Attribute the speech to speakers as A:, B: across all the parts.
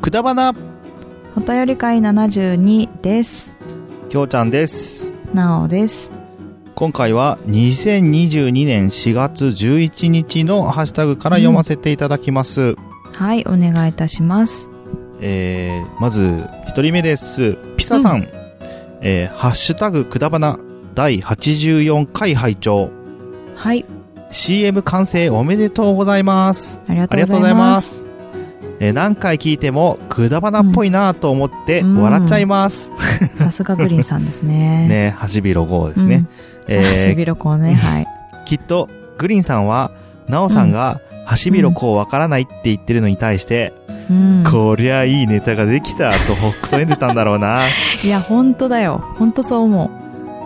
A: くだばな
B: お便り会72です。
A: きょうちゃんです
B: なおです。
A: 今回は2022年4月11日のハッシュタグから読ませていただきます、
B: はい、お願いいたします。
A: えー、まず一人目ですピサさん、えーハッシュタグくだばな第84回拝聴
B: はい、
A: CM 完成おめでとうございます
B: ありが
A: あ
B: と
A: り
B: う
A: がとうござ
B: ござい
A: い
B: ま。
A: ますすえー何回聞いてもくだばなっぽいなと思って笑っちゃいます、
B: さすがグリーンさんです ね。
A: ねはしびろ号ですね、
B: うん。ハシ
A: えー
B: ビロコウね、はい。
A: きっとグリーンさんはナオさんがハシビロコウわからないって言ってるのに対して、
B: うん。
A: こりゃいいネタができたとほっくそんでたんだろうな
B: いや、本当だよ。本当そう思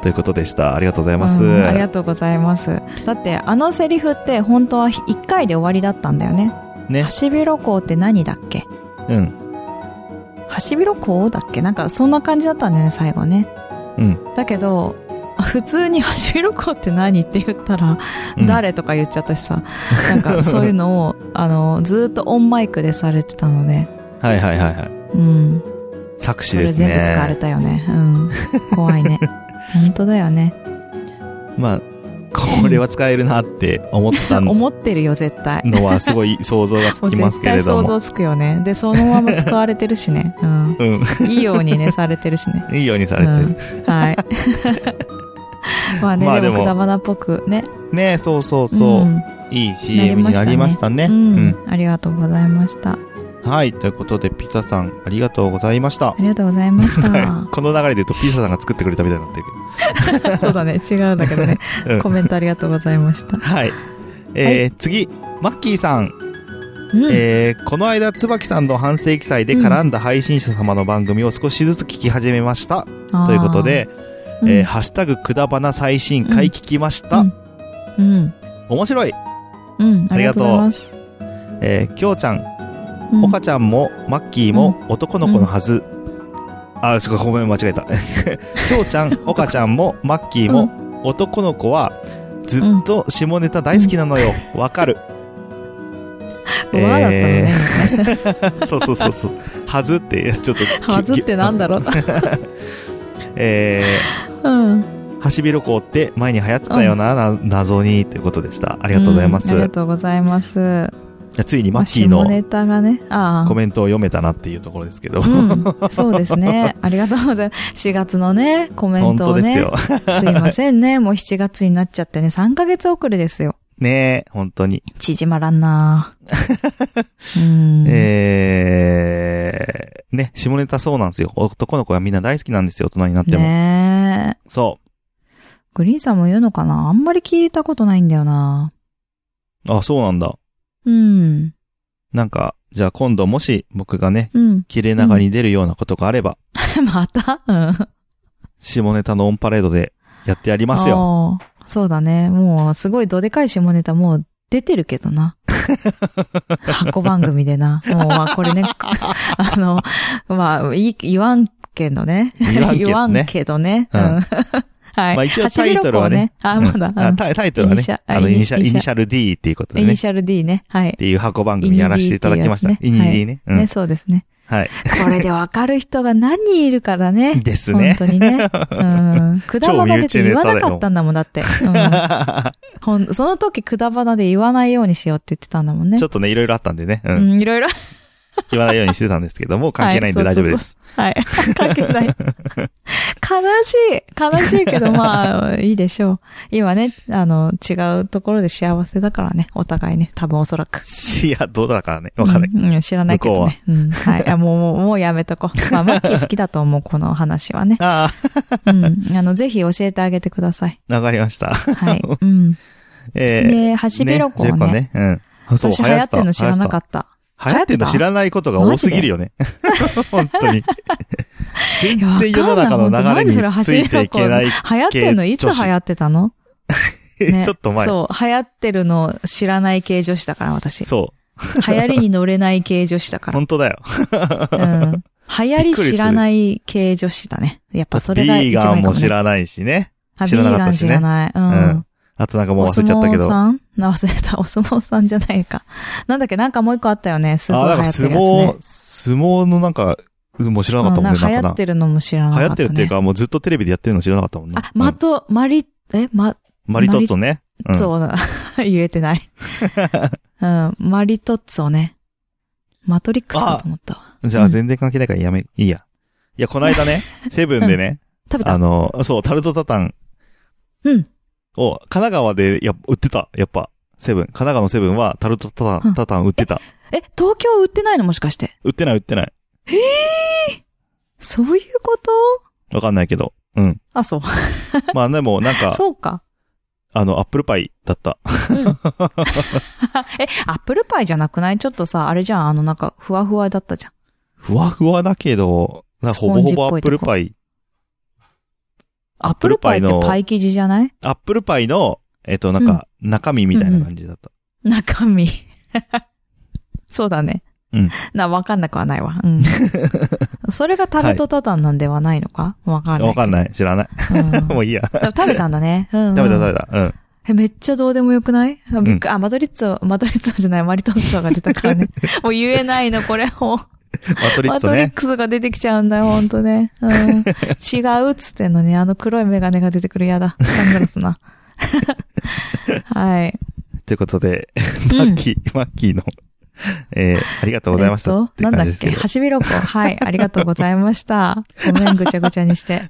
B: う。
A: ということでしたありがとうございます、
B: うんありがとうございます。だって、あのセリフって本当は1回で終わりだったんだよね。
A: ね
B: ハシビロコウって何だっけ
A: うん
B: ハシビロコウだっけなんかそんな感じだったんだよね、最後ね。
A: うん
B: だけど、あ普通にハシビロコウって何って言ったら、
A: うん
B: 誰とか言っちゃったしさ。なんかそういうの を、あの、ずーっとオンマイクでされてたので、
A: はいはいはいはい
B: うん。
A: 作詞
B: そ
A: で
B: れ
A: す
B: 全部
A: ね
B: 使われたよね。うん。怖いね。本当だよね。
A: まあこれは使えるなって思ったの
B: 思ってるよ、絶対。
A: はすごい想像がつ
B: もう
A: きます
B: 絶
A: けれ
B: 対
A: ど
B: 想
A: も
B: 像つくよね。で、そのまま使われてるしね。 うん。
A: う
B: いいようにね、されてるしね。
A: んいいようにされてる、
B: うん、はい。まあね、
A: まあ
B: で
A: でも
B: も、くだばなっぽくね。
A: ねそうそうそう、
B: ん
A: いい CM になりましたね
B: うんありがとうございました。あ
A: うんはいということでピザさんありがとうございました
B: りがとうございま した。
A: この流れで言うとピザさんが作ってくれたみたいになってるけど
B: そうだね、違うんだけどね
A: うん。
B: コメントありがとうございました。
A: はい。えー次、マッキーさん。
B: うん。
A: えーこの間、椿さんの反省記載で絡んだ配信者様の番組を少しずつ聞き始めました。
B: あー
A: ということ、で、
B: うん
A: えーハッシュタグくだばな最新回聞きました。
B: うんうん。
A: 面白い。
B: うん、ありがとうございます。
A: えー、きょうちゃん、
B: うん
A: おかちゃんも、マッキーも、男の子のはず。あ、すごい、ごめん、間違えた。 きょうちゃ ん、おかちゃんも、マッキーも、男の子は、ずっと下ネタ大好きなのよ。わかる。
B: うんわーだったの ね。
A: そうそうそうそう。はずって、 ちょっと。
B: はずってなんだろう。
A: え
B: うん。
A: ー、ハシビロコウって前に流行ってたよな、な謎に、ということでした。ありがとうございます。
B: んありが
A: じ
B: とうございます。
A: ゃあついにマッキー
B: まあ
A: の
B: 下ネタがね、ああ。
A: コメントを読めたなっていうところですけど。
B: うん、そうですね。ありがとうございます。4月のね、コメン
A: 本
B: ト
A: 当
B: を
A: です
B: ね。
A: よ。
B: すいません ね。もう7月になっちゃってね、3ヶ月遅れですよ。
A: ねえ、本当に。
B: 縮まら んなうん。
A: えー、ね、下ネタそうなんですよ。男の子はみんな大好きなんですよ、大人になっても。
B: ねえ。
A: そ
B: グリーンさんも言うのかなあんまり聞いたことないんだよな
A: う。あ、そうなんだ。
B: うん。
A: なんか、じゃあ今度もし僕がね、
B: うん。
A: 切れ長に出るようなことがあれば、
B: またうん。
A: 下ネタのオンパレードでやってやりますよ。
B: よ。そうだね。もう、すごいどでかい下ネタもう出てるけ どな。箱番組でな。もう、まあ、これね、あの、まあ、い言わんけどね。
A: 言わんけどね
B: 言わんけどね。う
A: うん
B: ん。はい。
A: まあ一応タイトルはね。
B: ハシビロコウねあ、まだ。
A: う
B: うんん
A: タイタイトルはね
B: イニシャ、
A: あの、イ
B: イニ
A: ニ
B: シ
A: シ
B: ャ
A: ャ、イニシャル D っていうことで
B: イ
A: ね。
B: ニ
A: っ
B: シャル D ね。はい。
A: ていう箱番組やらせていただきました。イ
B: イ
A: ニ
B: ニ
A: D ね。うん
B: ね、そうですね。
A: はい。
B: これでわかる人が何人いるかだね。
A: です
B: 本
A: ね。
B: 当にね。 うん。くだばなでって言わなかったんだもん、だって。うんほん、その時、くだばなで言わないようにしようって言ってたんだもんね。
A: ちょっとね、いろいろあったんでね。う
B: うんん、いろいろ。
A: 言わないようにしてたんですけども、関係ないんで
B: は
A: 大
B: い
A: 丈夫です。
B: はい。関係ない。悲しい。悲しいけど、まあ、 いいでしょう。今ね、あの、違うところで幸せだからね。お互いね。多分おそらく。
A: いや、どうだからね。わかんない。
B: うんうん知らないけどね。うん。はい。あもう、もう、もうやめとこう。まあ、マッキー好きだと思う、この話 はね。
A: あ
B: うん。あの、ぜひ教えてあげてください。
A: あ、わかりました。
B: はい。うん。
A: えー。
B: で、ハシビロコ
A: ね
B: ウね。
A: ね。うん。あそう、
B: 私流行ってるの知らなか
A: っ
B: った。
A: た。流行ってるの知らないことが多すぎるよね。 本当に。全
B: いや
A: 然世の中の流れについていけない。
B: 流行ってんのいつ流行ってたの ね
A: ちょっと前。
B: そう、流行ってるの知らない系女子だから、私。流
A: そう。
B: 行りに乗れない系女子 だから。う
A: 本
B: ん。
A: 当だよ。
B: 流行り知らない系女子だね。やっぱそれが
A: ビ
B: 一
A: ーガ
B: 番い
A: ン
B: いか
A: も
B: も、ね。
A: 知らないしね。
B: あ
A: 知らなかったしね
B: ビーガン知らない。う。
A: うんん。あとなんかもう
B: お
A: 忘
B: 相
A: れちゃったけ
B: 撲
A: ど。
B: さんな忘れた。お相撲さんじゃないか。なんだっけなんかもう一個あったよね。すごい
A: あ、
B: 流
A: な
B: 行
A: ん
B: っ
A: か
B: て
A: 相
B: るや
A: 撲、。
B: つ、ね
A: 相撲のなんか、うんもう知らなかったもんね、
B: うんなんか流
A: なん
B: 行
A: か
B: っ
A: な。
B: てるのも知らなかった、
A: 流
B: ね。
A: 行ってるっていうか、もうずっとテレビでやってるの知らなかったもんね。
B: あ、ま
A: うん
B: と、まり、え、ま、
A: マリトッツォね。うん
B: そうだ。 言えてない。 うん、マリトッツォね。マトリックスかと思ったわ。
A: じゃあ全然関係ないからやめ、いいや。いや、この間 ね、セブンでね、
B: 食べ
A: あ
B: た
A: の、そう、タルトタタン
B: うん。
A: を、神奈川でやっぱ売ってた、やっぱ、セブン。神奈川のセブンはタルトタタ
B: うん
A: ン、タタン売ってた。
B: え、東京売ってないのもしかして。
A: 売ってない売ってない。
B: そういうこと
A: わかんないけど。うん。
B: あ、そう。
A: まあでも、なん か、
B: そうか。
A: あの、アップルパイだった。
B: え、アップルパイじゃなくないちょっとさ、あれじゃん。あの、なんか、ふわふわだったじゃん。
A: ふわふわだけど、なんか
B: ス
A: ほ
B: ポ
A: ぼ
B: ンジ
A: ほ
B: っぽ
A: ぼア
B: い
A: ップルパイ。
B: アップルパイってパイ生地じゃない
A: アップルパイの、えっと、なんか、中身みたいな感じだった。
B: 中身。 そうだね。
A: うん。
B: な、わかんなくはないわ。 うん。それがタルトタタンなんではないのかわかんない。
A: わかん
B: い。
A: ない。知らない。もういいや。
B: でも食べたんだね。うん、うん。
A: 食べた食べた。うん。
B: え、めっちゃどうでもよくないあびっくあ、マトリッツォ、マトリッツォじゃない、マリトッツォが出 たからね。もう言えないの、これもう。
A: マトリッ
B: マ
A: ツォ
B: トリッ
A: ね。
B: クスが出てきちゃうんだよ、ほんとね。うん、 違うっつってんのに、あの黒いメガネが出てくる、やだ。サングラ スな。はい。
A: ということで、
B: うん
A: マッキー、マッキーの、えー、ありがとうございました。
B: えっ
A: って
B: と、なんだ
A: 感じで
B: っ
A: すけ
B: け、
A: ど。
B: ハシビロコウ。はい、ありがとうございました。ごめん、ぐちゃぐちゃにして。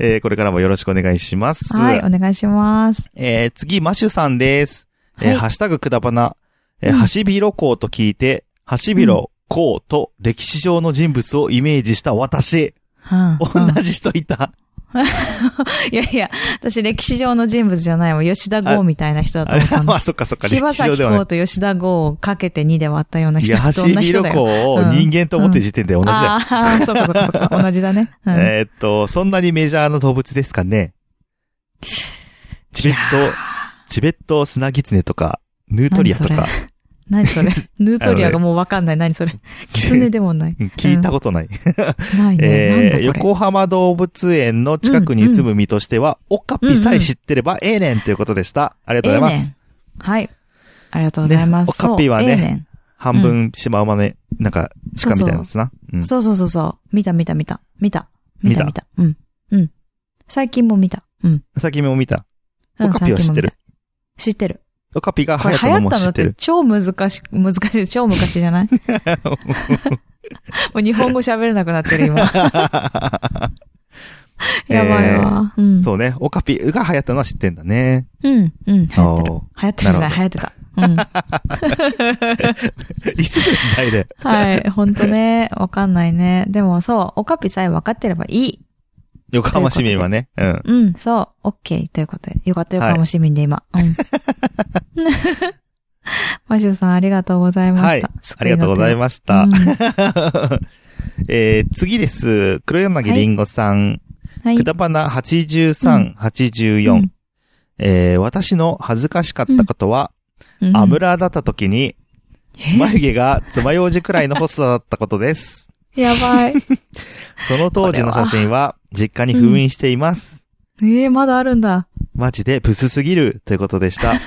A: えー、これからもよろしくお願いします。
B: はい、お願いします。
A: えー、次、マシュさんです。えー
B: はい
A: ハッシュタグくだばな、えー、
B: うん
A: ハシビロコウと聞いて、ハシビロコウと歴史上の人物をイメージした私。
B: うん
A: 同じ人いた。
B: いやいや、私歴史上の人物じゃないもん。吉田剛みたいな人だと思ったんだ
A: まあ、そっかそっか、歴
B: 柴
A: 史上
B: 崎
A: ではな。
B: 公と吉田剛をかけて2で割ったようない
A: い
B: 人
A: や、ハ
B: ど
A: シ
B: んな
A: ビ
B: 人
A: ロ
B: だ
A: コウ
B: よ。
A: を人間と思ってる時点で同じだよ。
B: ああー、そっかそっかそっか。同じだね。うん
A: えーっと、そんなにメジャーな動物ですかねチベッ
B: いやー
A: ト、チベットスナギツネとか、ヌートリアと
B: 何
A: か、
B: 何それヌートリアがもうわかんない。何それキツネでもない。
A: うん聞いたことない。
B: ないね。
A: え
B: な
A: ー
B: んだこれ。
A: 横浜動物園の近くに住む身としては、オカピさえ知ってればええねんということでした。ありがとうございます。
B: ええねんはい。ありがとうございます。
A: ねオカピはね
B: そうええん
A: 半分シマウマね、なんか、鹿みたいなやつな。うん
B: そうそうそうそう。見た見た見た。見た。見
A: 見
B: た
A: た
B: 見た。うん。うん。最近も見た。うん。
A: 先も見た。
B: うん
A: オカピは知ってる
B: 最近も見た知ってる。
A: オカピが
B: こ
A: 流
B: れ
A: 行
B: 流
A: ったの
B: 行っ
A: も
B: た
A: 知
B: のっ
A: って
B: て
A: る。
B: 超難し、難しい、超昔じ ゃないもう日本語喋れなくなってる今。や ばいわ。うん。
A: そうね。オカピが流行ったのは知ってんだね。
B: うん、うん、流行ってる。
A: おー
B: 流行ってたじゃない、
A: な
B: 流行ってた。う ん。
A: いつの時 代で。
B: はい、ほんとね。わかんないね。でもそう、オカピさえ分かってればいい。
A: 横浜市民はね。うん。
B: うん、そう、オッケーということで。よかったよ、
A: はい
B: かも市民で今。うん。 マシューさん、ありがとうございました。
A: はいありがとうござい
B: ま
A: まし
B: う
A: た
B: ん。
A: えー次です。黒柳りんごさん。
B: はい。
A: くだばな83、84。
B: うん
A: えー私の恥ずかしかったことは、
B: うん
A: アムラーだった時に、
B: え
A: 眉毛が爪楊枝くらいの細さだったこと です。
B: や ばい。
A: その当時の写真は、実家に封印しています。
B: ええまだあるんだ。
A: マジでブスすぎるということで した。あ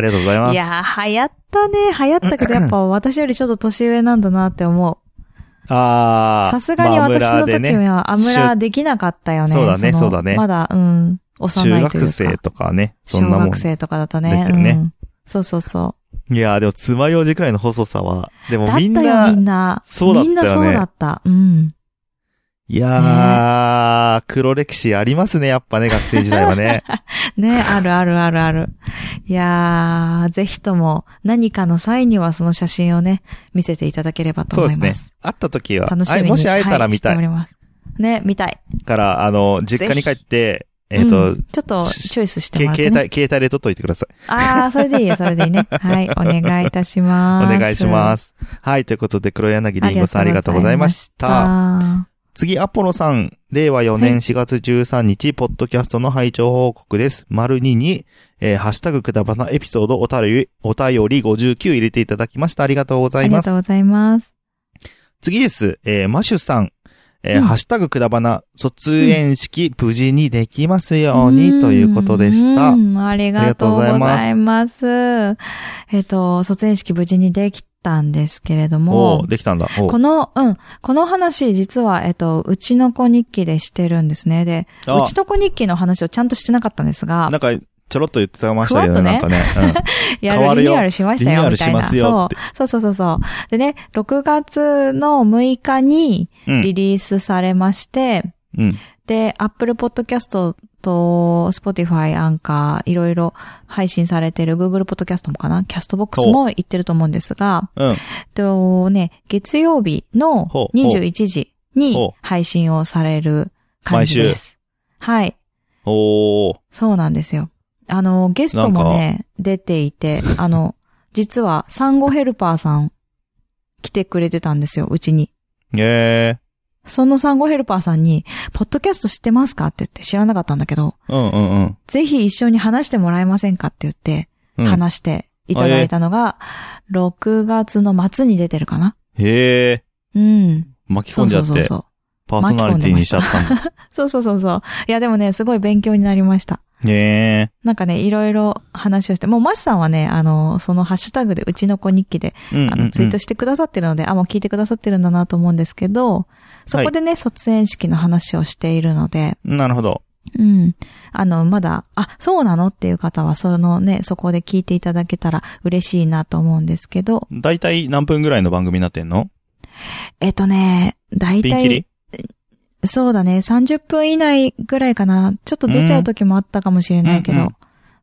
A: りがとうございます。
B: いやー、流行ったね。流行ったけど、や っぱ私よりちょっと年上なんだなって思う。
A: あー
B: さすがに私
A: まあア
B: の
A: ムラーで
B: 時
A: ね、
B: はアムラできなかったよね。
A: そうだね
B: の
A: そうだね
B: まだ、うん、幼
A: 中
B: いという
A: 学
B: か。
A: 生とかね、そ
B: 小
A: んなもん
B: 学。生とかだったね。
A: ですよね
B: うん。そうそうそう。
A: いやーでも爪楊枝くらいの細さは、でも
B: だった
A: みん
B: よ、
A: な、
B: みんな。
A: そうだったよね
B: みんなそうだった。うん。
A: いやー、黒歴史ありますね、やっぱね、学生時代はね。
B: ね、あるあるあるある。いやー、ぜひとも何かの際にはその写真をね、見せていただければ と
A: そう
B: 思
A: で
B: い
A: す
B: ま
A: ね
B: す。。
A: 会った時は、
B: 楽しみ
A: あ
B: に。
A: もし会えたら
B: はい
A: 見た
B: してお
A: い
B: りますね、見たい。
A: から、あの、実家に帰って、えっ
B: う
A: と
B: ん、ちょっとチョイスして
A: け
B: もらって、
A: 携
B: ね。
A: 帯、携帯で撮っといてください。
B: あー、それでいいよ、それでい いね。はい、お願いいたし
A: お
B: ます。。
A: 願いしますす。はい、ということで、黒柳りんごさんありがとうございました。
B: あ
A: 次、アポロさん、令和4
B: は
A: 年
B: い
A: 4月13日、ポッドキャストの拝聴報告です。丸2に、えーハッシュタグくだばなエピソードおたり、お便り59入れていただきました。ありがとうござい
B: りが
A: ます
B: とう。ございます。
A: 次です。えーマシュさん。えー
B: うん
A: ハッシュタグくだばな、卒園式無事にできますように、ということでした。
B: うんありがとうございます。
A: あ
B: えっと、卒園式無事にできたんですけれど
A: お
B: も
A: ー、できたんだ。おー
B: この、うん、この話実は、えっと、うちの子日記でしてるんですね。で、
A: あ
B: うちの子日記の話をちゃんとしてなかったんですが
A: な、んか、ちょろっと言ってましたけどね、なん
B: ふ
A: かね。
B: いや
A: 変わる
B: リ
A: よ
B: ニューアルしました
A: リニューア
B: よ、
A: ル
B: みた
A: し
B: い
A: ま
B: な。
A: すよ
B: そ
A: って
B: うそうそうそう。でね、6月の6日に
A: うん。うん
B: リリースされまして、
A: うん。
B: で、Apple Podcast と Spotify、アンカー、いろいろ配信されてる Google Podcast もかな、Castbox も行ってると思うんですが、
A: うん。
B: えっとね、月曜日の
A: ほう
B: 21時
A: ほ
B: に
A: う
B: 配信をされる感じです。はい。
A: おー。
B: そうなんですよ。あの、ゲストもね、出ていて、あの、実は産後ヘルパーさん来てくれてたんですよ、うちに。
A: え
B: その産後ヘルパーさんに、ポッドキャスト知ってますかって言って知らなかったんだけど、
A: ー。うんうんうん。
B: ぜひ一緒に話してもらえませんかって言って、
A: うん、
B: 話していただいたのが、6月の末に出てるかな
A: へえ。
B: うん。
A: 巻き
B: そ
A: 込ん
B: う
A: じゃ
B: そ
A: っ
B: う
A: て、
B: そうそう。
A: パーソナリティにしちゃったんだ。
B: そうそうそうそう。いや、でもね、すごい勉強になりました。
A: ね
B: なんかね、いろいろ話をして、もうマシさんはね、あの、そのハッシュタグで、うちの子日記で、
A: え。うんうん、うん。
B: あの、ツイートしてくださってるので、あ、もう聞いてくださってるんだなと思うんですけど、そこでね、卒園式の話をしているので、
A: なるほど。
B: うん。あの、まだ、あ、そうなのっていう方は、そのね、そこで聞いていただけたら嬉しいなと思うんですけど、
A: だいたい何分ぐらいの番組になってんの
B: えっとね、大
A: ピンキ
B: 体、
A: リ
B: そうだね、30分以内ぐらいかな。ちょっと出ちゃう時もあったかもしれないけ
A: うんう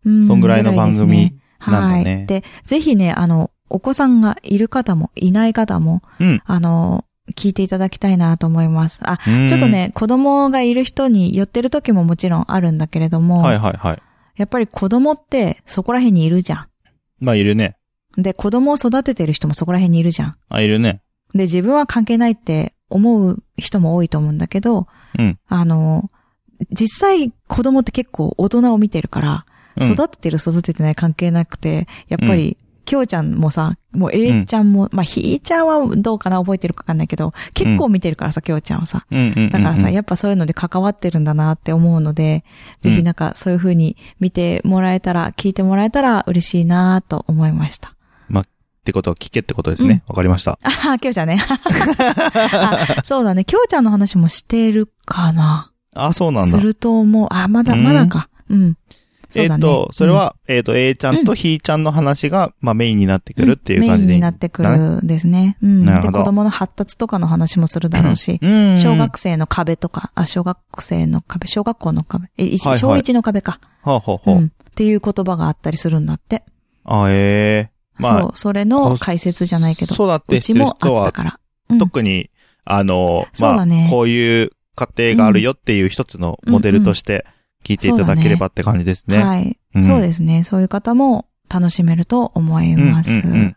B: ど
A: ん。
B: うん
A: そんぐらいの番
B: ぐらいです
A: 組
B: ね。
A: なんだね
B: はい。で、ぜひね、あの、お子さんがいる方もいない方も、
A: うん
B: あの、聞いていただきたいなと思います。あ、
A: うーん
B: ちょっと。ね、子供がいる人に寄ってる時ももちろんあるんだけれども、
A: はいはいはい。
B: やっぱり子供ってそこら辺にいるじゃ
A: まあ、いるね。
B: ん。で、子供を育ててる人もそこら辺にいるじゃん。
A: あ、いるね。
B: で、自分は関係ないって思う人も多いと思うんだけど、
A: うん
B: あの、実際子供って結構大人を見てるから、
A: うん
B: 育ててる育ててない関係なくて、やっぱり、きょうちゃんもさ、もう
A: う
B: A
A: ん
B: ちゃんも、まあ、ひーちゃんはどうかな覚えてるかわかんないけど、結構見てるからさ、きょうちゃんはさ。
A: うんうんうんうん
B: だからさ、やっぱそういうので関わってるんだなって思うので、ぜひなんかそういう風に見てもらえたら、聞いてもらえたら嬉しいなと思いました。
A: ってことは聞けってことですね。わ、かりました。
B: あはは、きょう ちゃんね。あそうだね。きょうちゃんの話もしてるかな。
A: あ、そうなん
B: す
A: だ。
B: ると思う。あ、まだ、
A: うん
B: まだか。うん。そ
A: え
B: う
A: っ、
B: だね。
A: と、それは、えっ、と、A ちゃんとひーちゃんの話が、まあ、メインになってくるっていう感じ
B: メイン
A: でいい
B: に
A: んだ
B: なっ
A: ね、
B: てくるですね。うん。
A: なる
B: で、
A: ほど
B: 子供の発達とかの話もするだろうし、
A: うん。
B: 小学生の壁とか、あ、小学生の壁、小学校の壁、え、いち
A: はいはい
B: 小一の壁か。
A: ほうほう
B: う
A: ほう。
B: ん。っていう言葉があったりするんだって。
A: あ、ええまあ、
B: そう、それの解説じゃないけど、
A: 育
B: う
A: てして
B: ち
A: る
B: も
A: 人
B: あった
A: は、
B: から。うん
A: 特に、あの、
B: そう
A: まあ、
B: だね
A: こういう家庭があるよっていう一つのモデルとして聞いていただければって感じですね。
B: はい。
A: うん
B: そうですね。そういう方も楽しめると思います。
A: うんうんうん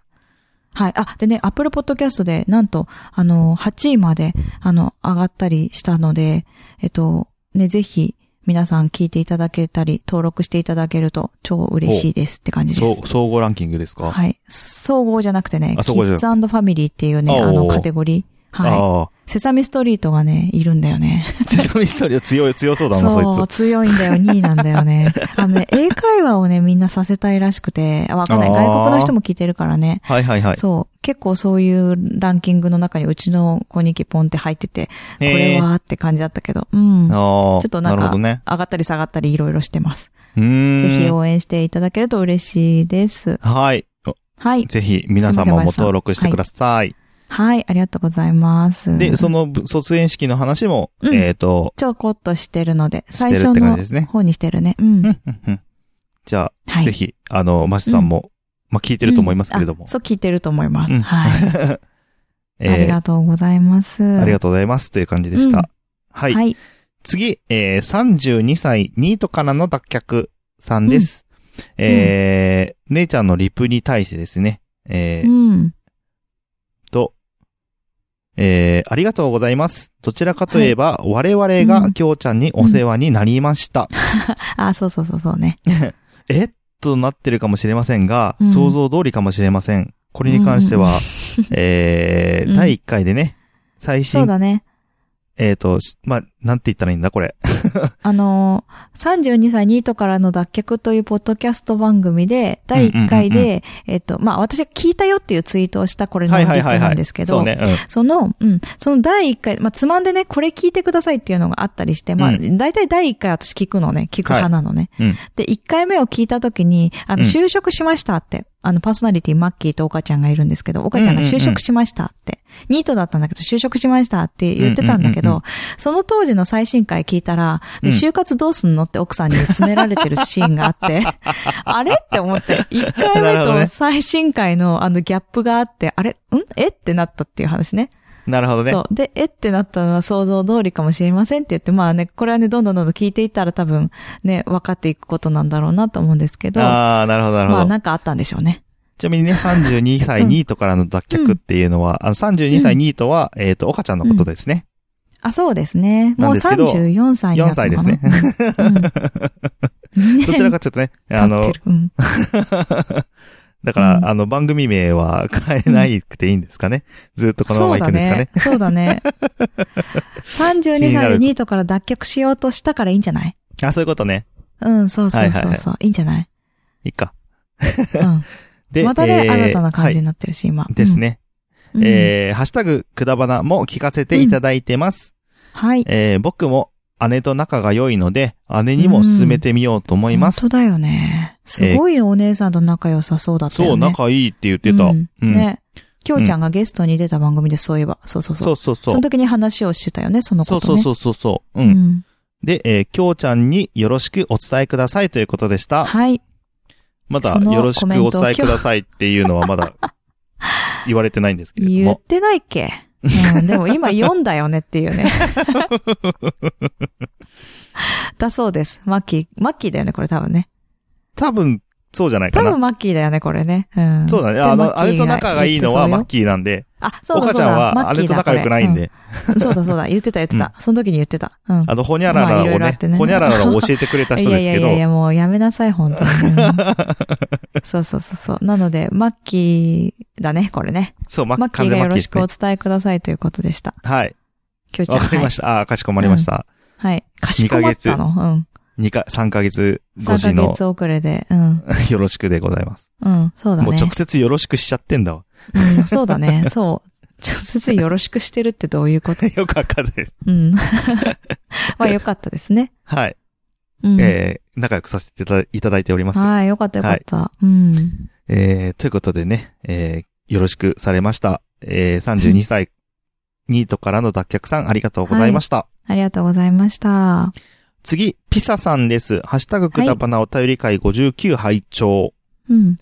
B: はい。あ、でね、Apple Podcast で、なんと、あの、8位まで、あの、上がったりしたので、えっと、ね、ぜひ、皆さん聞いていただけたり、登録していただけると超嬉しいですって感じです
A: そ。う、総合ランキングですか、
B: はい。総合じゃなくてね、
A: あ
B: キ
A: 総合じゃ
B: ッ
A: なく
B: ズファミリーっていうね、あ
A: あお
B: の
A: ー
B: カテゴリー。は
A: ああ。
B: い。セサミストリートがね、いるんだよね。
A: ちなみにそれは強い、強そうだな、そい
B: そう、
A: つ。
B: 強いんだよ、2位なんだ よね。あのね、英会話をね、みんなさせたいらしくて、あわかんない。
A: あー
B: 外国の人も聞いてるからね。
A: はいはいはい。
B: そう、結構そういうランキングの中にうちの子にきポンって入ってて、これはって感じだったけど、うん。
A: えー
B: 上
A: ああ。
B: ちょっとなんか
A: なるほどね。
B: がったり下がったりいろいろしてます。
A: うーん。
B: ぜひ応援していただけると嬉しいです。
A: はい。お
B: はい。
A: ぜひ皆様も登録してください。
B: はい、ありがとうございます。
A: で、そのぶ卒園式の話も、
B: うん
A: えっ、と、
B: ちょこっとしてるので、
A: して
B: 最
A: る
B: 初
A: って感
B: の
A: じですね。
B: 方にしてるね。うん
A: う。んうんうんじゃあ、
B: はい
A: ぜひ、あの、ましさんも、まあ、聞いてると思いますけれど
B: う
A: も
B: んあ。そう聞いてると思いま
A: う
B: す。
A: ん
B: はい。
A: え
B: あり
A: ー
B: がとうございます。
A: ありが
B: と
A: とうございますという感じでし
B: うん
A: た。はい。
B: はい。
A: 次、えー、32歳、ニートからの脱却さんです。えー姉ちゃんのリプに対してですね、え
B: う
A: ー、
B: ん。
A: と、えー、ありがとうございます。どちらかといえば、我々
B: う
A: が
B: ん
A: きょうちゃんにお世話になりました。
B: あ、そうそうそうそうね。
A: えっとなってるかもしれませんが、
B: うん
A: 想像通りかもしれません。これに関しては、え
B: う
A: ー、
B: ん
A: 第1回でね、最
B: そう
A: 新
B: だね。
A: えっ、と、しまあ、なんて言ったらいいんだ、これ。
B: あの、32歳ニートからの脱却というポッドキャスト番組で、第1回で、
A: うんうん
B: えっと、まあ、私が聞いたよっていうツイートをしたこれの
A: は
B: リ
A: い
B: ッ
A: はいは
B: プ
A: い
B: な
A: は
B: ん
A: い。
B: ですけど、
A: そうね。うん。
B: その、うん、その第1回、まあ、つまんでね、これ聞いてくださいっていうのがあったりして、まあ、
A: う
B: 大体第1回私聞くのね、聞く派なのね。
A: はいうん
B: で、1回目を聞いた時に、あの、
A: うん
B: 就職しましたって、あの、パーソナリティマッキーと岡ちゃんがいるんですけど、岡ちゃんが就職しましたって、ニートだったんだけど、就職しましたって言ってたんだけど、
A: うんうんう
B: その当時の最新回聞いたら、で
A: うん
B: 就活どうすんのって奥さんに詰められてるシーンがあ って、あれって思って、1回
A: なる
B: 目
A: ほど
B: と
A: ね
B: 最新回のあのギャップがあって、あれんえってなったっていう話ね。
A: なるほどね。
B: そう。で、えってなったのは想像通りかもしれませんって言って、まあね、これはね、どんどんどんどん聞いていったら多分ね、分かっていくことなんだろうなと思うんですけど、
A: ああ、なるほど、なるほ
B: まあ
A: ど。
B: なんかあったんでしょうね。
A: ちなみにね、32歳ニートからの脱却っていうのは、あの32歳ニートは、えっ、と、岡ちゃんのことですね。
B: あ、そうですね。
A: なん
B: もう
A: ですけど
B: 34歳になったのかな。
A: 4
B: うん。うん
A: どちらかというと ね、
B: ね
A: あ
B: 経っ
A: の
B: て、るうん
A: だから、
B: うん
A: あの、番組名は変えないくていいんですかね。ずっとこのま
B: そ
A: ま
B: う
A: 行
B: だ
A: くんですかね
B: ね。。そうだね。
A: 気
B: 32
A: にな
B: 歳で
A: る
B: ニートから脱却しようとしたからいいんじゃない
A: あ、そういうことね。
B: うん、そうそう
A: はい
B: そ
A: は
B: う
A: い
B: そう。いいんじゃない
A: いいか。
B: う
A: で、
B: ん。またね、
A: えー
B: 新たな感じ
A: は
B: になってるし、今。
A: いですね。
B: うん。
A: えー、ハッシュタグ、くだばなも聞かせていただいてます。
B: うんはい。
A: えー、僕も姉と仲が良いので、姉にも勧めてみようと思います。
B: 本当だよね。すごいお姉さんと仲良さそうだった
A: そ
B: よ
A: う、
B: ね。
A: 仲いいって言ってた。
B: うん
A: うん
B: ね。きょうちゃんがゲストに出た番組でそういえば。そうそうそう。
A: そうそうそう。
B: その時に話をしてたよね、その
A: そ
B: こ
A: うそ
B: と
A: う
B: ね。
A: そうそうそう。う。
B: うんん。
A: で、えー、きょうちゃんによろしくお伝えくださいということでした。
B: はい。
A: まだ、
B: その
A: よろしくお伝えくださいっていうのは まだ言われてないんですけれど
B: 言っ
A: も。
B: てないっけ。うん、でも今4だよねっていう ね。だそうです。マッキー。マッキーだよね、これ多分ね。
A: 多分、そうじゃないか
B: 多
A: な
B: 分。マッキーだよね、これね。うん。
A: そうだね。
B: で
A: あ
B: マッキ
A: の、
B: ー
A: 姉と仲がいいのはマ
B: 言っ
A: ッ
B: て
A: キーなんで、
B: そうよあ、
A: 岡
B: そうだそう
A: ちゃん
B: だ。
A: は姉と仲良くないんで、
B: うん。そうだそうだ。言ってた言ってた。その時に言ってた。うん。
A: あの、ほにゃらら
B: まあいろ
A: を
B: いろあ
A: ね
B: ってね、
A: ほにゃららを教えてくれた人ですけ
B: いやいやいやいや、
A: ど、
B: もうやめなさい、本 当に。うんそうそうそうそう。なので、マッキーだね、これね。
A: そう、マ
B: マ
A: ッ
B: ッキー
A: 完
B: が
A: 全マ
B: よ
A: ッキー
B: ろ
A: で
B: し
A: す
B: く
A: ね
B: お。伝えくださいということでした。
A: はい。
B: きょうちゃん。
A: わかりま
B: し
A: した。あーかしこまりました。
B: た。はい。かしこまったの。
A: 二か、3ヶ月
B: うん。
A: 越し
B: 3ヶ
A: の
B: 月遅れで。うん。
A: よろしくでございます。
B: うん。そうだ
A: もう
B: ね。
A: 直接よろしくしちゃってんだわ。
B: うん。そうだね。そう。直接よろしくしてるってどういうこと
A: よくわかんない。
B: うん。 まあよかったですね。
A: はい。
B: うん。
A: えー、仲良くさせていただいただいております。
B: はい、よかったよかった。うん。
A: えー、ということでね、えー、よろしくされました。えー、32歳、ニートからの脱却さん、ありがとうございました。
B: ありがとうございました。
A: 次、ピサさんです。ハッシュタグくだばなお便り会59拝聴。
B: うん。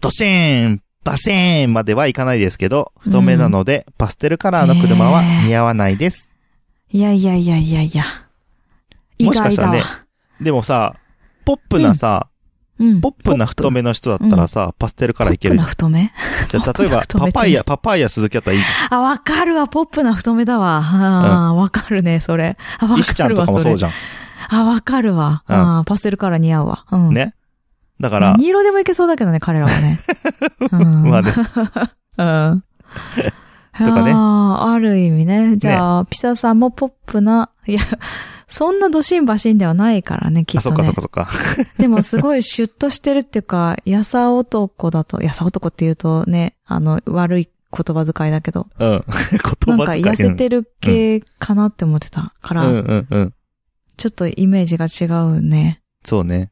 A: ドシーンバシーンまではいかないですけど、太めなので、パステルカラーの車は似合わないです。
B: いやいやいやいやいや。意
A: もしか
B: 外
A: した
B: だ
A: ら
B: わ
A: ね。でもさ、ポップなさ、
B: うん。
A: ポップな太めの人だったらさ、パステルカラーいける
B: ポップな。太め
A: じゃあ、例えば、
B: ポップ な太め
A: パパイヤ、パパイヤ鈴木だったらいいじ
B: あ、わかるわ、ポップな太めだわ。あーわかるね、それ。あ、わ
A: ゃん。
B: かるわ。
A: 石ちゃんとかもそうじ
B: ゃ
A: ゃん。
B: ん。あ、わかるわ。
A: うん
B: あーパステルカラー似合うわ。うん。
A: ね。だから、
B: 何色でもいけそうだけどね、彼らは ね。うん
A: まあね、
B: うん。
A: とかね
B: あーある意味ね。じゃあ、ピサさんもポップな、いや、そんなドシンバシンではないからね、き
A: あ、
B: っと
A: そっ
B: ね。
A: かそっかそっか。
B: でもすごいシュッとしてるっていうか、やさ男だと、やさ男って言うとね、あの、悪い言葉遣いだけど、
A: うん。
B: な
A: 言
B: ん
A: 葉
B: か
A: 遣い。
B: 痩せてる系かなって思ってたか
A: う
B: ら、
A: んうんうん。
B: ちょっとイメージが違うね。
A: そうね。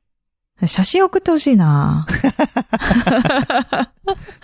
B: 写真送ってほし いな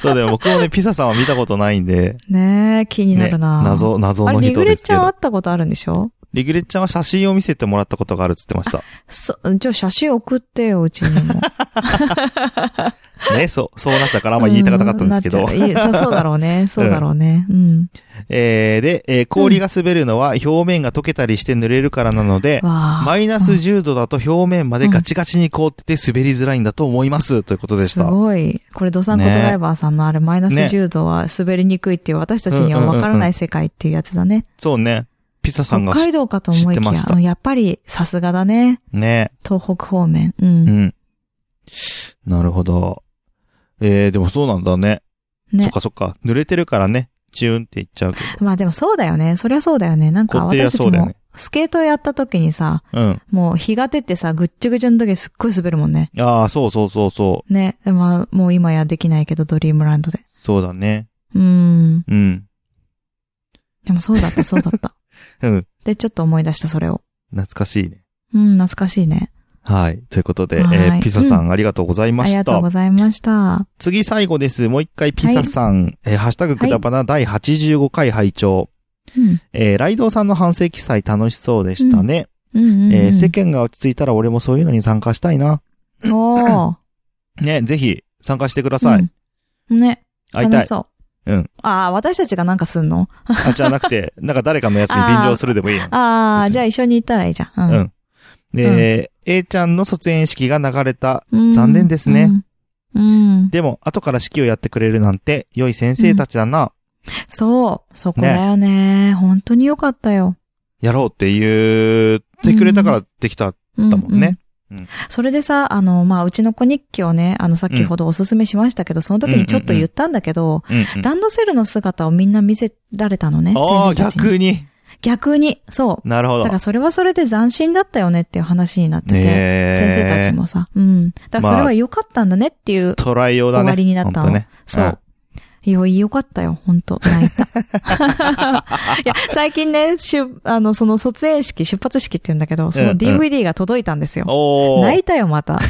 A: そうだよ、僕もね、ピサさんは見たことないんで、
B: ねえ、気にな
A: ね、
B: るな、
A: 謎、謎
B: あれ、
A: の
B: リ
A: 人
B: グ
A: で
B: レ
A: す
B: ち
A: け
B: ゃん会
A: ど
B: っ。たことあるんでしょ
A: リグレちゃんは写真を見せてもらったことがあるって言ってまし
B: そ、じゃあ写真送ってよ、うちにも。
A: た。ね、そう、そうなっちゃう から、あんま言いたかなかったんですけど。
B: うなっちゃういやそうだろ うね、そうだろうね。うん。
A: えー、で、えー氷が滑るのは表面が溶けたりして濡れるからなので、
B: わあ。
A: マイナス10度だと表面までガチガチに凍ってて滑りづらいんだと思います。ということでし
B: す
A: た。
B: ごい。これ、ドサンコドライバーさんのあれ、マイナス
A: ね
B: 10度は滑りにくいっていう、私たちにはわからない世界っていうやつだね。
A: そうね。ピサさん
B: 北
A: が
B: 海道かと思い
A: 知って
B: き
A: ま
B: や
A: し、た
B: うんやっぱりさすがだね。
A: ね。
B: 東北方面。うん
A: う。ん。なるほど。えー、でもそうなんだね。
B: ね
A: そっかそっか。濡れてるからね。チューンって言っちゃうけ
B: まあでもそうだよね。そりゃそうだよね。なんか
A: こってりゃ
B: 私た
A: そ
B: ち
A: うだよね
B: も、スケートやった時にさ、
A: ど。うん。
B: もう日が出てさ、ぐっちゃぐちゃの時すっごい滑るもんね。
A: ああ、そうそうそうそう。
B: ね。まあ、もう今やできないけど、ドリームランドで。
A: そうだね。
B: うーん。
A: うん。
B: でもそうだった、そうだった。
A: うん。
B: で、ちょっと思い出した、それを。
A: 懐かしいね。
B: うん、懐かしいね。
A: はい。ということで、え
B: はい
A: ーピサさ
B: うん
A: ありがとうござい
B: あ
A: ま
B: り
A: し
B: がと
A: た
B: うご。ざいました。
A: 次最後です。もう一回ピサさん、えーハッシュタグくだばな第85回拝聴。
B: うん。
A: えーライドウさんの反省記載楽しそうでしたね。
B: うんうん、うん。
A: えー世間が落ち着いたら俺もそういうのに参加したいな。
B: おー。
A: ね、ぜひ参加してください。
B: うん、ね。
A: 会いた
B: 楽
A: い
B: し。そう。
A: うん。
B: ああ、私たちがなんかすんの
A: あ、じゃなく て、なんか誰かのやつに便乗するでもいいよ。
B: あ
A: 別
B: あ、
A: に
B: じゃあ一緒に行ったらいいじゃん。
A: う。
B: うん
A: で、A ちゃんの卒園式が流れた。
B: ん。うん
A: 残念ですね。
B: うん。うん
A: でも、後から式をやってくれるなんて、良い先生たちだな。
B: そう。そこだよね。本当によかったよ。
A: やろうって言ってくれたからできたん
B: うん
A: だもんね。。
B: うん
A: うん
B: それでさ、あの、まあ、うちの子日記をね、あの、先ほどおすすめしましたけど、その時にちょっと言ったんだけど、
A: うん、うん。
B: ランドセルの姿をみんな見せられたのね。
A: ああ、
B: 先生たちに
A: 逆に。
B: 逆に、そう。
A: なるほ
B: だ
A: ど
B: か。らそれはそれで斬新だったよねっていう話になってて、
A: ねえ
B: 先生たち。もさ、うん。だからそれは良かったんだねっていう、
A: トライ用だね。
B: 終わりになったの
A: ほんとね。
B: そう
A: うん。
B: いや、良かったよ、本当泣 いた。いや、最近ね、しゅ、あの、その卒園式、出発式って言うんだけど、そ
A: うんう
B: の
A: ん
B: DVD が届いたんですよ。
A: おー。
B: 泣いたよ、また。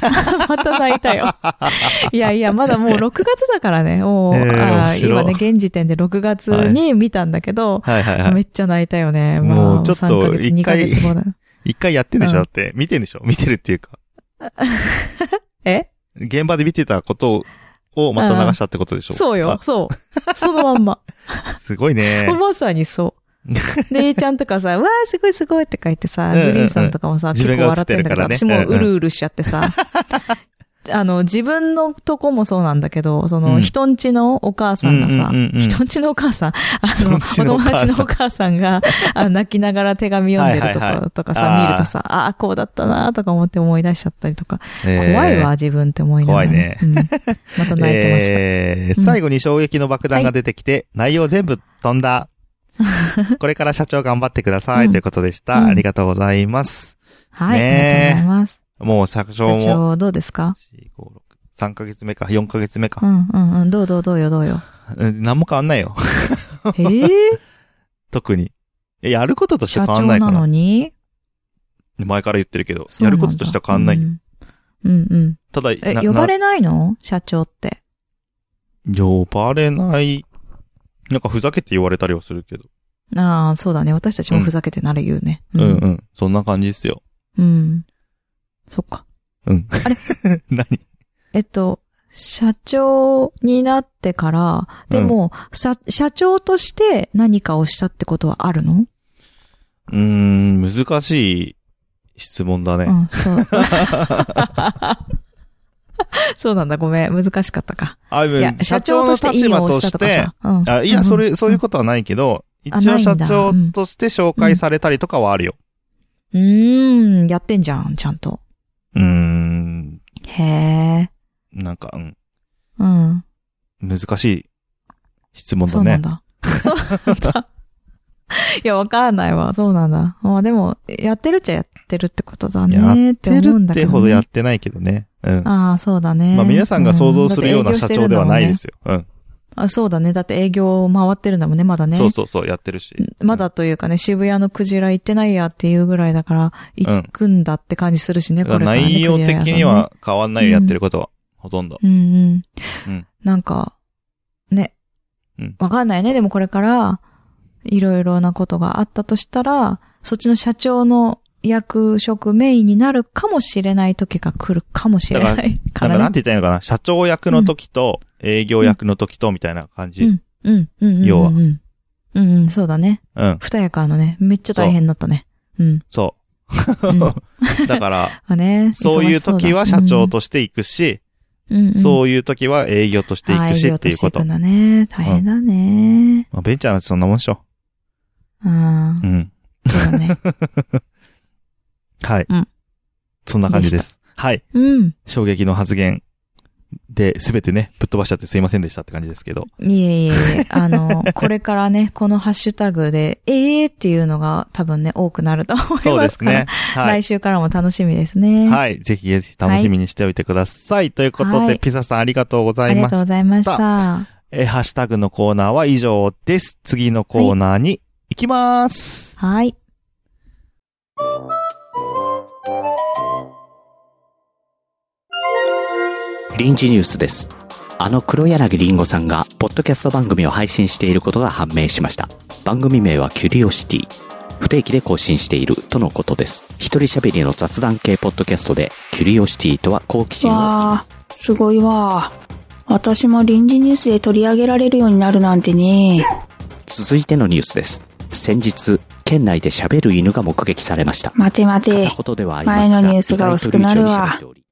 B: また泣いたよ。いやいや、まだもう6月だか らね。もう、
A: えー
B: あー
A: 面白い
B: 今ね、現時点で6月に見たんだけど、
A: はいはいは
B: め
A: い。
B: っちゃ泣いたよね。
A: もう
B: まあ
A: ちょっと
B: 3ヶ月、2ヶ月後だ。
A: 一回やってんでしょ、
B: うん
A: だって。見てんでしょ見てるっていうか。
B: え
A: 現場で見てたことをまた流したってことでしょ、
B: そうよ、 そう。そのまんま。
A: あ。すごいね。
B: まさに そう。で、A ちゃんとかさ、 うわーすごいすごいって書いて
A: う
B: さ、
A: んうんうん
B: グリーンさんとかもさ、
A: 自
B: 結
A: 分
B: 構
A: が
B: 笑ってんだけど、
A: 映ってる
B: 私
A: からね
B: もうるうるしちゃってさ。 あの、自分のとこもそうなんだけど、その、
A: うん
B: 人んちのお母さんがさ、
A: うんうんうんうん
B: 人んちのお母さん、あの、お
A: 人んちのお
B: 友
A: 母さん
B: 達のお母さんが、あの泣きながら手紙読んでると
A: はいはいは
B: か、とか
A: あ
B: さ、
A: ー
B: 見るとさ、ああ、こうだったなとか思って思い出しちゃったりとか、
A: えー
B: 怖いわ、。自分って思いながら。
A: 怖いね
B: うん。また泣いてました。
A: えー
B: うん
A: 最後に衝撃の爆弾が出てきて、内容全部飛ん だ。これから社長頑張ってください、
B: うん
A: ということでした、
B: うん
A: ありがとうございます。
B: は
A: ね
B: い、
A: え
B: ありがとうございます。
A: もう社長
B: 社
A: も、
B: 長、どうですか
A: 4 5 6 3ヶ月目か、4ヶ月目
B: う
A: か。
B: んうんうん。どうどうどうよど うよ。
A: うん、何も変わんないよ。
B: ええ
A: 特に。えやることとして
B: 社
A: 変わ
B: 長
A: んないか
B: な
A: ら
B: の。に
A: 前から言ってるけど、
B: そう
A: や
B: なん
A: る
B: だ
A: こととしては変わんない。
B: うんうんうん。
A: ただ、
B: え、
A: な
B: 呼ばれないの社長って。
A: な呼ばれない。なんかふざけて言われたりはするけど。
B: ああ、そうだね。私たちもふざけてなら言うね。
A: うんうん。そんな感じですよ。
B: うん。うん。そっか。
A: うん。
B: あれ
A: 何
B: えっと、社長になってから、でも、社、社長として何かをしたってことはあるの、
A: うーん、難しい質問だね。
B: うん、そう。 そうなんだ。ごめん。難しかったか。
A: あ、い
B: いや
A: や、、社長の立場として、
B: 社長としていいねをしたとかさ
A: あいや、それ、そういうことはないけど、
B: あ
A: 一応社
B: ない
A: 長
B: んだうん
A: として紹介されたりとかはあるよ。
B: うーん、やってんじゃん、ちゃんと。
A: うーん、
B: へえ。
A: なんか、うん、
B: うん。
A: 難しい質問
B: そ
A: だ
B: うなん
A: ね。
B: だ。そうなんだ。 いや、わかんないわ。そうなんだ。まあでも、やってるっちゃやってるってことだねって
A: て
B: 思
A: る
B: うん
A: っ
B: だけ
A: て
B: ど、ね。
A: ほどやってないけどね。うん。
B: ああ、そうだね。。
A: まあ皆さんが想像するような社長ではないですすよ。うん。
B: あそうだね。だって営業回ってるんだもんね、まだね。
A: そうそうそう、やってるし。
B: まだというかね、渋谷のクジラ行ってないやっていうぐらいだから、行くんだって感じするしね、
A: だか
B: これからら、ね。
A: 内容的に
B: クジラ屋さんね
A: は変わんないよ、やってることは。ほとんど。
B: うんうん。
A: うん
B: なんか、ね
A: うん。
B: わかんないね。でもこれから、いろいろなことがあったとしたら、そっちの社長の役職メインになるかもしれない時が来るかもしれない
A: な
B: か
A: んからな
B: ね
A: ん。て言ったらいいのかな、社長役の時と、営業役の時と、みたいな感じ。
B: うんうん、うん、うん。
A: 要は
B: うん、うんうん、そうだね。
A: うん、
B: 二役あのね、めっちゃ大変だったね。うん。
A: そうう。
B: んま
A: だから、
B: あね。
A: そういう時は社長として行くし、そういう時は営業として行くしっていうこと。
B: ああ営業としていくんだね。大変だね。
A: まあ、ベンチャーなんてそんなもんでしょ。
B: あ
A: うん。
B: あ、そうだね。
A: はい。
B: うん
A: そんな感じです。はい。
B: うん。
A: 衝撃の発言。で、すべてね、ぶっ飛ばしちゃってすいませんでしたって感じですけど。
C: いえいえいえ、あの、これからね、このハッシュタグで、ええーっていうのが多分ね、多くなると思いますから。
A: そうです ね。はい。
C: 来週からも楽しみですね。い。
A: はい。ぜひぜひ楽しみにしておいてください。ということで、
C: はい
A: ピザさんありがとうござ
C: あ
A: い
C: り
A: ま
C: が
A: した
C: とうございました。
A: えーハッシュタグのコーナーは以上です。次のコーナーに行きます。
C: はい。
D: 臨時ニュースです。あの黒柳りんごさんが、ポッドキャスト番組を配信していることが判明しました。番組名はキュリオシティ。不定期で更新しているとのことです。一人喋りの雑談系ポッドキャストで、キュリオシティとは好奇心を
E: わあ、すごいわ。私も臨時ニュースで取り上げられるようになるなんてね。
D: 続いてのニュースです。先日、県内で喋る犬が目撃されました。
E: 待て待て。
D: ことではありますが
E: 前のニュースが薄くなるわ
D: 意外と流暢に喋っており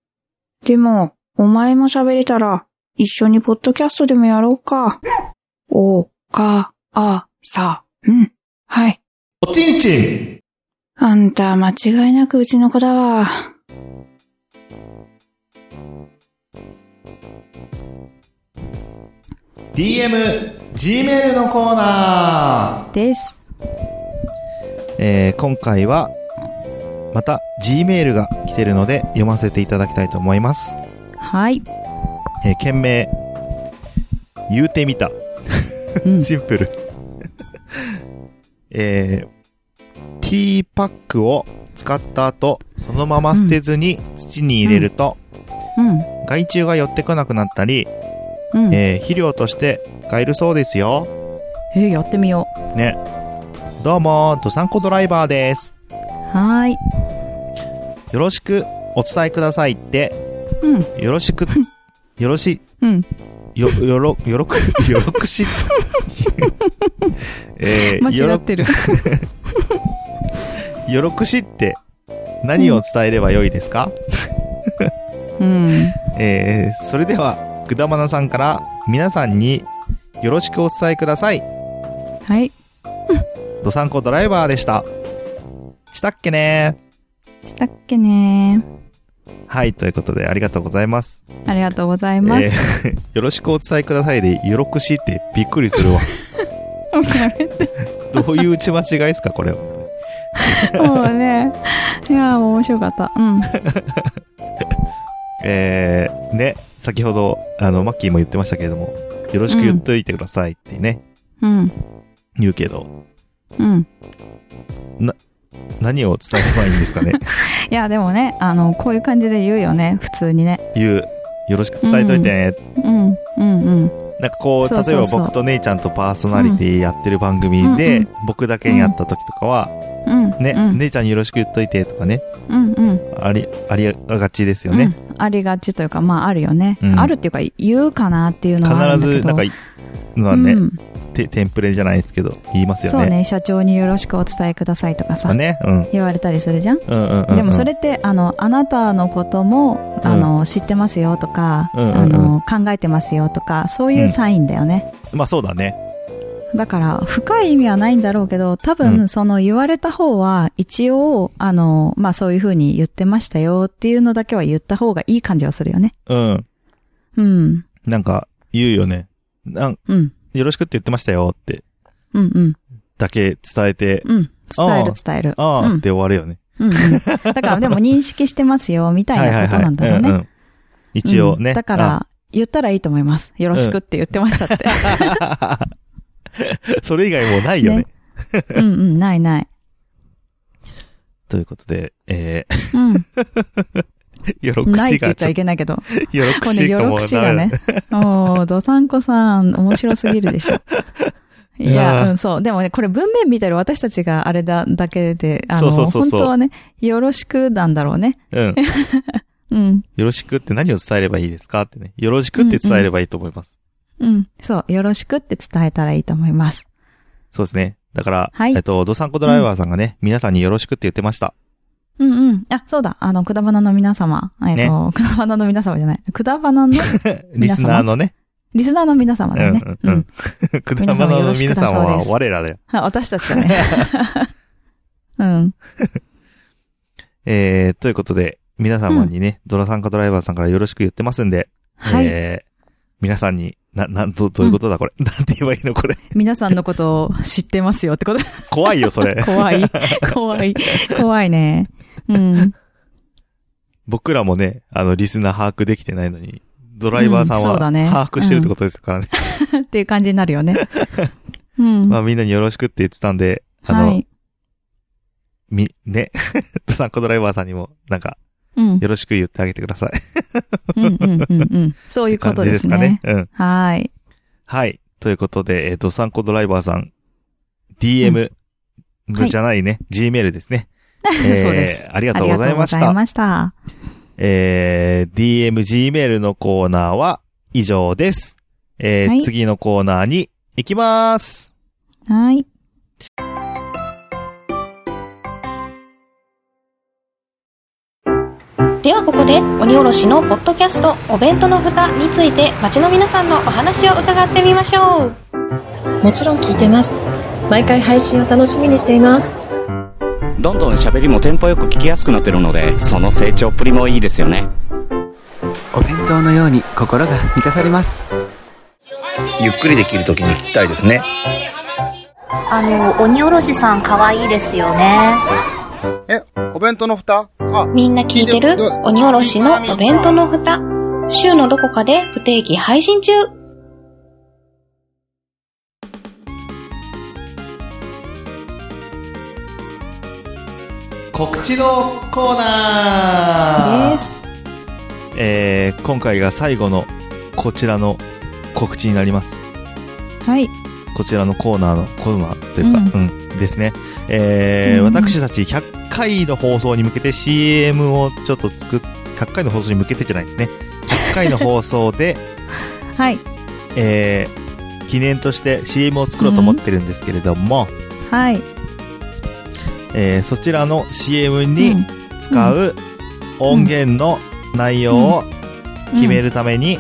E: でも、お前も喋れたら、一緒にポッドキャストでもやろうか。お、か、あ、さ、うん。はい。
A: おちんちん
E: あんた、間違いなくうちの子だわ。
A: !DM、Gmail のコーナー
C: です。
A: えー、今回は、また Gmail が来てるので読ませていただきたいと思います。
C: はい。
A: えー、件名、言うてみた。
C: うん
A: シンプル。えー、ティーパックを使った後、そのまま捨てずに土に入れると、
C: うん。
A: 害虫が寄ってこなくなったり、
C: うん。え
A: えー肥料として使えるそうですよ。
C: ーやってみよう。
A: ね。どうも、ドサンコドライバーです。
C: はーい。
A: よろしくお伝えくださいって、
C: うん。
A: よろし く、よろし、
C: うん。
A: よ、よろ、よろく、 よろくし、 えーよ
C: 間違
A: ろ
C: ってる。
A: よろく しって何を伝えればよいですか、
C: うん。
A: えー、それでは、くだまなさんから皆さんによろしくお伝えください。
C: はい。
A: ドサンコドライバーでした。したっけね
C: したっけね
A: はい、ということでありがとうございます。
C: ありがとうございます。
A: えー よろしくお伝えくださいで、よろくしってびっくりす るわ。どういう打ち間違いですか、これ。
C: そうね。いやー、面白かった。うん。
A: えー、ね、先ほど、あの、マッキーも言ってましたけれども、よろしく言っといてくださいってね、
C: うん。
A: 言うけど、
C: うん。
A: 何を伝えればいいんです かね
C: いや、でもね、あの、こういう感じで言うよね。普通にね。
A: 言う。よろしく伝えといてね。
C: うん。うんうん。
A: なんかこう、
C: そうそう
A: 例えば
C: そう
A: 僕と姉ちゃんとパーソナリティやってる番組で、
C: うん
A: 僕だけに会った時とかは、
C: うん。
A: ね、
C: うん。
A: 姉ちゃんによろしく言っといてとかね、
C: うんうん。
A: あり、ありがちですよね。
C: うん。ありがちというか、まあ、あるよね。
A: うん
C: あるっていうか、言うかなっていうのはある
A: 必
C: んだけど。
A: ず、なんか、まあね、
C: うん
A: てテンプレじゃないですけど、言いますよね。
C: そうね、社長によろしくお伝えくださいとか
A: まあ
C: さ、
A: ね、うん。
C: 言われたりするじゃん。
A: うんうんうん、うん。
C: でもそれって、あの、あなたのことも、
A: うん
C: あの、知ってますよとか、
A: うんうんうん
C: あの、考えてますよとか、そういうサインだよね。
A: まあそうだね。
C: だから、深い意味はないんだろうけど、多
A: う
C: 分、その言われた方は、一応、あの、まあそういうふうに言ってましたよっていうのだけは言った方がいい感じはするよね。
A: うん。
C: うん。
A: なんか、言うよね。なん、
C: うん。
A: よろしくって言ってましたよって、
C: うんうん。
A: だけ伝えて、
C: うん。伝え
A: あ
C: る
A: あ
C: 伝える。
A: あ
C: う
A: あ
C: ん
A: って終わるよね。
C: うんうん。だから、でも認識してますよ、みた
A: はいいは
C: ないこと
A: はい。
C: なんだろうね
A: う。んうん一応ね。
C: うんだか
A: あ。
C: ら、言ったらいいと思います。よろしくって言ってましたって。
A: それ以外もうないよね。
C: ねうんうん、ないない。
A: ということで、え
C: う
A: ー、 よろ
C: ん。
A: く
C: ない
A: し
C: って言
A: が
C: っちゃいけないけど。
A: よろく
C: これね、
A: し
C: よ
A: か
C: ろ
A: も
C: くしがね。。おー、どさんこさん、面白すぎるでしょ。い
A: いや
C: や、
A: ー
C: うん、そう。でもね、これ文面見てる私たちがあれだ、だけで、あ
A: そうそう
C: の、
A: そうそ
C: 本
A: う
C: 当はね、よろしくなんだろうね。
A: うん。
C: うん。
A: よろしくって何を伝えればいいですかってね。よろしくって伝えればいいと思います。
C: うん。そう。よろしくって伝えたらいいと思います。
A: そうですね。だから、
C: はい
A: えっと、ドサンコドライバーさんがね、皆さんによろしくって言ってました。
C: うんうん。あ、そうだ。あの、くだばなの皆様。えっと、くだばなの皆様じゃない。くだばなの、
A: リスナーのね。
C: リスナーの皆様だよね。
A: うんうんうん。 くだまなの皆様は我らだよ。
C: はい 私たちだね。 うん。
A: えー、ということで、皆様にね、ドラサンカドライバーさんからよろしく言ってますんで、
B: はい。
A: えー皆さんに、な、なん、ど、どういうことだこれ。 なんて言えばいいのこれ。
B: 皆さんのことを知ってますよってこと。。
A: 怖いよ、そ れ
B: 怖い。怖い。怖いね。うん。
A: 僕らもね、あの、リスナー把握できてないのに、ドライバーさん
B: うんそ
A: は
B: うだね
A: 把握してるってことですからね。
B: っていう感じになる よね。うん。
A: まあ、みんなによろしくって言ってたんで、あの、
B: はい。
A: み、ね、 サンコドライバーさんにも、なんか、
B: うん。
A: よろしく言ってあげてください。
B: うんうんうんうん。そういうこ
A: 感
B: と
A: じ
B: で
A: ですすかね
B: ね。。
A: うん。
B: はい。
A: はい。ということで、えっ、と、サンコドライバーさん、DM、
B: はい
A: じゃないね、Gmail です ね。
B: そうです。
A: えーありが
B: あ
A: とう
B: りが
A: ござい
B: と
A: う
B: ご
A: まし
B: ざい
A: た。
B: ました。
A: えー、DM、Gmail のコーナーは以上です。えー
B: はい
A: 次のコーナーに行きます。
B: はい。
F: ではここで鬼おろしのポッドキャストお弁当の蓋について街の皆さんのお話を伺ってみましょう
G: もちろん聞いてます。毎回配信を楽しみにしています。
D: どんどん喋りもテンポよく聞きやすくなってるので、その成長っぷりもいいですよね。
H: お弁当のように心が満たされます
I: ゆっくりできるときに聞きたいですね
J: あの、鬼おろしさん可愛いですよね。
K: え、お弁当の蓋あ、
F: みんな聞いてる鬼おろしのお弁当の蓋週のどこかで不定期配信中
A: 告知のコーナーです。えー、今回が最後のこちらの告知になります。
B: はい。
A: こちらのコーナーのコーナーというか、うん、ですね。えー
B: うん
A: 私たち100回の放送に向けて CM をちょっと作っ、100回の放送に向けてじゃないですね。100回の放送で、
B: はい。
A: えー記念として CM を作ろうと思ってるんですけれども、
B: はい。
A: えーそちらの CM
B: う
A: に
B: ん
A: 使う音源の内容を決め。るために、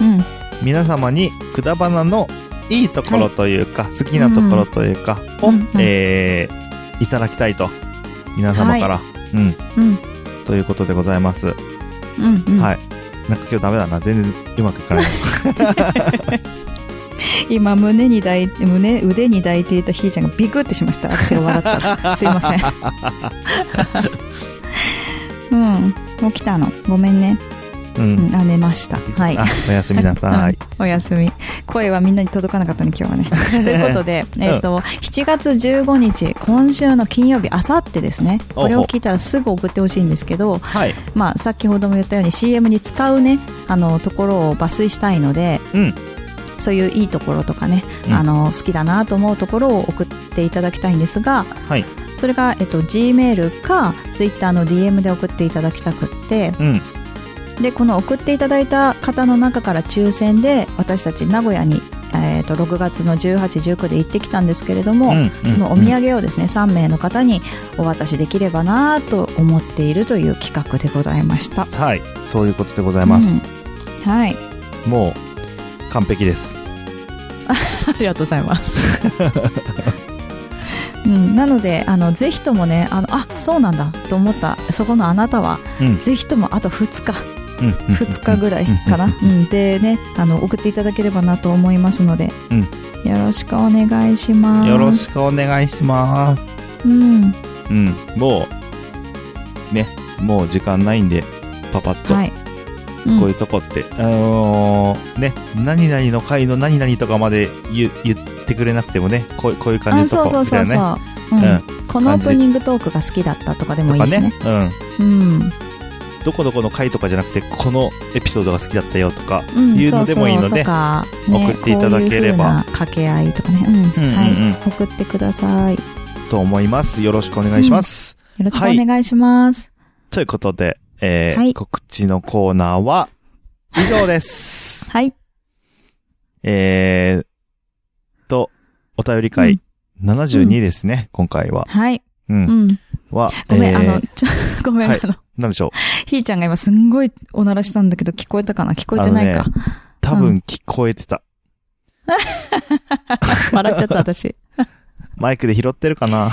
B: うん。うん
A: 皆様にくだばなのいいところというか、好きなところというかを、
B: うんうん
A: えーいただきたいと皆様から、うん、
B: うん
A: ということでございます、
B: うんうん。
A: はいなんか今日ダメだな全然うまくい かない
B: 今、胸に抱いて、胸、腕に抱いていたひーちゃんがビクってしました。私が笑った ら。すいません。うん。起きたの。ごめんね。
A: うん、
B: うん。あ、寝ました。はい。
A: あおやすみなさ い
B: おやすみ声はみんなに届かなかったね今日はね ということで、えー、と7月15日今週の金曜日あさってですね
A: おう
B: これを聞いたらすぐ送ってほしいんですけど、
A: はい
B: まあ、先ほども言ったように CM に使うねあのところを抜粋したいので、
A: うん
B: そういういいところとかね、
A: うん
B: あの好きだなと思うところを送っていただきたいんですが、
A: はい
B: それが、えっと G メールか Twitter の DM で送っていただきたくって
A: うん
B: でこの送っていただいた方の中から抽選で私たち名古屋に、えー、と6月の1819で行ってきたんですけれども、
A: うんうん
B: そのお土産をですね、3名の方にお渡しできればなぁと思っているという企画でございました。
A: はいそういうことでございます、
B: うんはい
A: もう完璧です
B: ありがとうございます、 うん、なのであのぜひともねあのあそうなんだと思ったそこのあなたは、
A: うん
B: ぜひともあと2日
A: うんうんうん
B: 2日ぐらいかな、
A: うん
B: うんでねあの送っていただければなと思いますので、
A: うん
B: よろしくお願いします
A: よろしくお願いします
B: うん
A: うん、もう、ね、もう時間ないんで、パパッと、
B: はい、
A: こういうとこって、あのーね、何々の回の何々とかまで言う言ってくれなくてもね、こうこういう感じ
B: あ
A: の
B: そう
A: とこ
B: そう
A: みたい
B: そうそ
A: なね。
B: う、うん
A: う
B: このオープニングトークが好きだったとかでも
A: ん、
B: い
A: と
B: い
A: か
B: しね
A: ね、うん。
B: うん
A: どこどこの回とかじゃなくて、このエピソードが好きだったよとか、
B: うん、
A: いうのでもいいの
B: そうそうと
A: で、
B: か、ね、
A: 送っていただければ
B: こういう風な掛け合いとかね、うん
A: うん
B: はい、送ってくださいよ
A: と思います。よろしくお願いします。
B: ろしくお願いします
A: ということで、えー
B: はい
A: 告知のコーナーは、以上です。
B: はい、
A: えーっと、お便り会72ですね、今回は。
B: はい、
A: う。
B: うんん
A: は、
B: ごめん、
A: えー
B: あのちょ ごめん、
A: はい
B: あの
A: なんでしょう。
B: ひーちゃんが今すんごいおならしたんだけど聞こえたかな聞こえてないか、
A: あ の多分聞こえてた。
B: 笑っちゃった私
A: マイクで拾ってるかな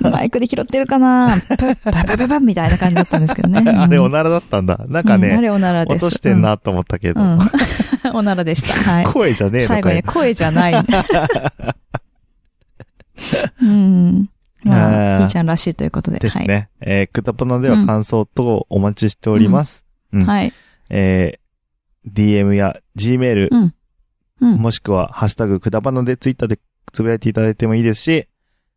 B: マイクで拾ってるかなプッ、パパパパみたいな感じだったんですけどね。うん
A: あれおならだったんだ。なんか
B: うんあ
A: ね、
B: れおならです。
A: 落としてんなと思ったけ
B: う
A: ど、
B: ん。うん。 おならでし た。はい。
A: 声じゃねえの
B: 最後
A: か
B: に
A: よ。
B: 声じ ゃない。うん。ま
A: あー
B: あ、ひーちゃんらしいということで。
A: ですね。えー、くだぽなでは感想等お待ちしております。うん
B: はい。はい。
A: えー、DM や Gmail、
B: うん。うん。
A: もしくは、ハッシュタグくだばなでツイッターでつぶやいていただいてもいいですし、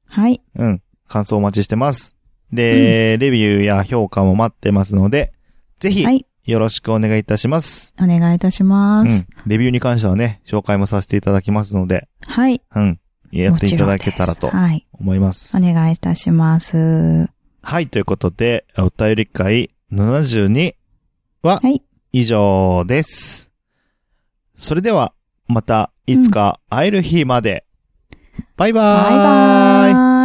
B: はい。
A: うん、感想お待ちしてます。で、レビューや評価も待ってますので、ぜひ
B: は、い。
A: よろしくお願いいたします。
B: お願いいたしま
A: う
B: す
A: ん。。レビューに関してはね、紹介もさせていただきますので、
B: はい。
A: うん。やっていただけたらと
B: もちろんですはい。
A: 思います。
B: お願いいたします。
A: はい、ということで、お便り会72は
B: はい、
A: 以上です。それでは、また、いつか会える日まで。バイバーイ
B: バイバーイ